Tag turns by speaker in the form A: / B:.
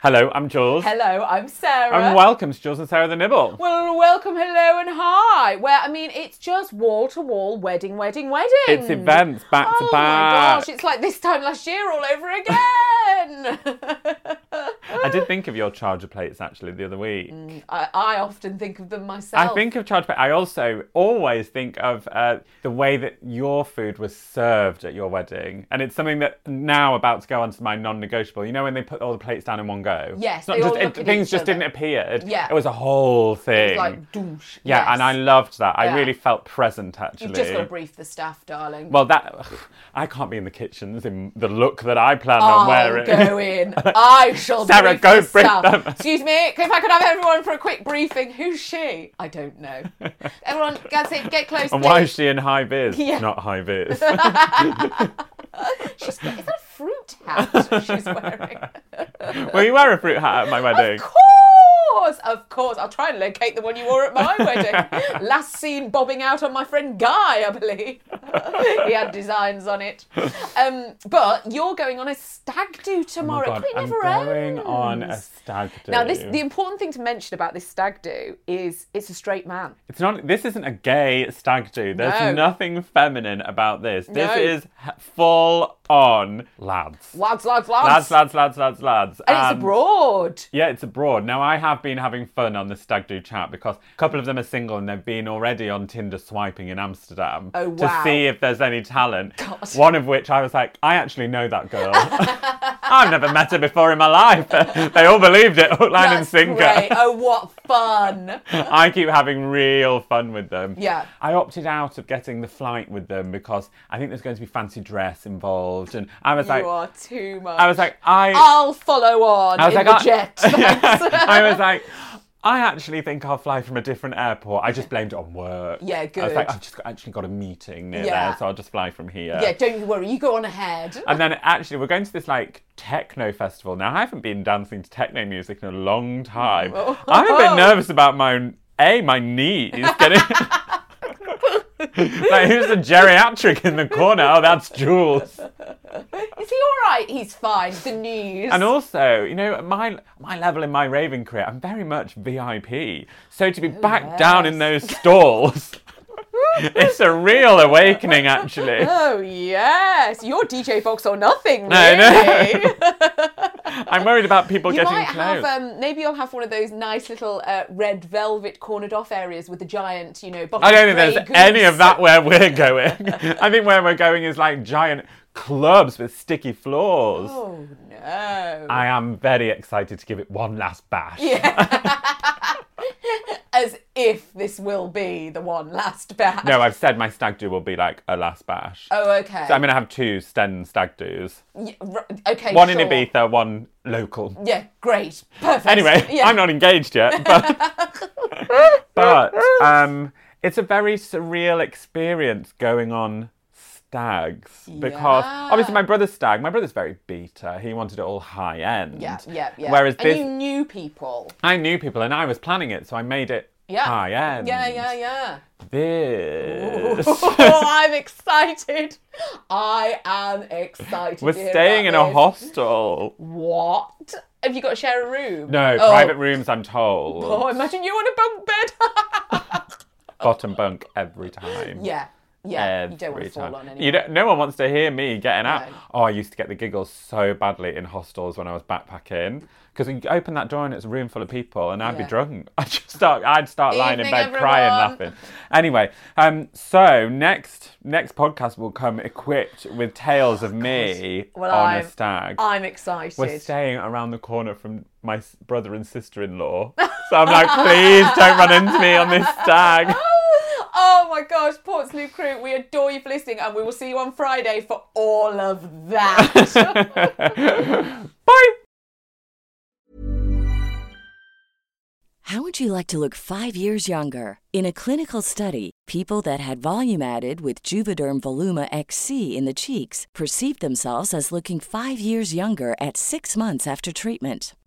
A: Hello, I'm Jules.
B: Hello, I'm Sarah.
A: And welcome to Jules and Sarah the Nibble.
B: Well, welcome, hello, and hi. Where I mean, it's just wall to wall wedding, wedding, wedding.
A: It's events back to
B: oh my
A: back.
B: gosh, it's like this time last year all over again.
A: I did think of your charger plates actually the other week.
B: I, I often think of them myself.
A: I think of charger plates. I also always think of uh, the way that your food was served at your wedding, and it's something that now about to go onto my non-negotiable. You know when they put all the plates down in one go? It's
B: Yes,
A: not
B: they
A: just
B: all look
A: it,
B: at
A: things
B: each
A: just
B: other.
A: didn't appear. It-
B: Yeah.
A: it was a whole thing.
B: It's like douche.
A: yeah,
B: yes.
A: and I loved that. I
B: Yeah.
A: really felt present actually.
B: You've just got to brief the staff, darling.
A: Well, that ugh, I can't be in the kitchens in the look that I plan on
B: I'll
A: wearing.
B: Oh, go in. I shall
A: Sarah,
B: brief
A: go
B: the
A: brief
B: staff.
A: them.
B: Excuse me, if I could have everyone for a quick briefing. Who's she? I don't know. everyone, that's it. Get close.
A: and why is
B: please.
A: she in high vis?
B: Yeah.
A: Not high vis.
B: She's, is that a fruit hat she's wearing?
A: Will you wear a fruit hat at my wedding?
B: Of course, of course. I'll try and locate the one you wore at my wedding. Last seen bobbing out on my friend Guy, I believe. he had designs on it. Um, but you're going on a stag do tomorrow.
A: Oh God,
B: it
A: I'm
B: never
A: going
B: ends.
A: on a stag do.
B: Now, this the important thing to mention about this stag do is it's a straight man.
A: It's not. This isn't a gay stag do. There's
B: No.
A: nothing feminine about this. This
B: No.
A: is h- full on lads.
B: Lads, lads, lads.
A: Lads, lads, lads, lads, lads. Um,
B: And it's abroad.
A: Yeah, it's abroad. Now, I have been having fun on the Stag Do chat because a couple of them are single and they've been already on Tinder swiping in Amsterdam
B: Oh,
A: to
B: wow.
A: see if there's any talent. One of which I was like, I actually know that girl. I've never met her before in my life. they all believed it, hook, line, and
B: That's
A: sinker.
B: great. Oh, what fun.
A: I keep having real fun with them.
B: Yeah.
A: I opted out of getting the flight with them because I think there's going to be fancy dress involved. And I was like,
B: you are Oh, too much.
A: I was like, I.
B: I'll follow on
A: I was like,
B: in the
A: I-
B: jet.
A: Yeah. I was like, I actually think I'll fly from a different airport. I just blamed it on work.
B: Yeah,
A: I was
B: good.
A: like, I've just got, actually got a meeting near
B: Yeah.
A: there, so I'll just fly from here.
B: yeah, don't you worry. You go on ahead.
A: And then actually, we're going to this like techno festival now. I haven't been dancing to techno music in a long time.
B: Oh.
A: I'm a bit nervous about my own- a my knees getting. like who's the geriatric in the corner? Oh, that's Jules.
B: Is he all right? He's fine. The news.
A: And also, you know, at my my level in my raving career, I'm very much VIP. So to be
B: Oh,
A: back down in those stalls, it's a real awakening, actually.
B: oh yes, you're DJ Fox or nothing.
A: No,
B: Really.
A: no. I'm worried about people
B: You
A: getting
B: might
A: close.
B: have, um, maybe you'll have one of those nice little uh, red velvet cornered off areas with the giant, you know, bottle
A: I
B: of
A: don't think
B: Grey
A: there's
B: Goose.
A: any of that where we're going. I think where we're going is like giant clubs with sticky floors.
B: Oh, no.
A: I am very excited to give it one last bash.
B: As if this will be the one last bash.
A: No, I've said my stag do will be like a last bash.
B: Oh, okay.
A: So I'm going to have two Sten stag do's.
B: Y- r- okay,
A: One
B: sure.
A: in Ibiza, one local.
B: Yeah, great. Perfect.
A: Anyway,
B: Yeah.
A: I'm not engaged yet, but but um, it's a very surreal experience going on stags because
B: Yeah.
A: obviously my brother's stag, my brother's very beta. He wanted it all high end.
B: Yeah, yeah, yeah.
A: Whereas
B: and
A: this,
B: you knew people.
A: I knew people and I was planning it, so I made it
B: Yeah.
A: high end.
B: Yeah, yeah, yeah.
A: This.
B: oh, I'm excited. I am excited.
A: We're
B: to hear
A: staying in
B: about
A: a
B: this.
A: hostel.
B: What? Have you got to share a room?
A: No,
B: Oh.
A: private rooms, I'm told.
B: Oh, imagine you on a bunk bed.
A: Bottom bunk every time.
B: yeah, yeah. you don't want
A: Every
B: to fall
A: time.
B: on anyone.
A: You don't, no one wants to hear me getting out.
B: No.
A: Oh, I used to get the giggles so badly in hostels when I was backpacking because you open that door and it's a room full of people and I'd be
B: Yeah.
A: drunk. I'd just start. I'd start lying in
B: Evening,
A: bed crying,
B: everyone.
A: laughing. Anyway, um, so next next podcast will come equipped with tales of me
B: Well,
A: on
B: I'm-
A: a stag.
B: I'm excited.
A: We're staying around the corner from my s- brother and sister-in-law, so I'm like, please don't run into me on this stag.
B: Oh my gosh, Portsmouth crew, we adore you for listening, and we will see you on Friday for all of that.
A: Bye.
C: How would you like to look five years younger? In a clinical study, people that had volume added with Juvederm Voluma XC in the cheeks perceived themselves as looking five years younger at six months after treatment.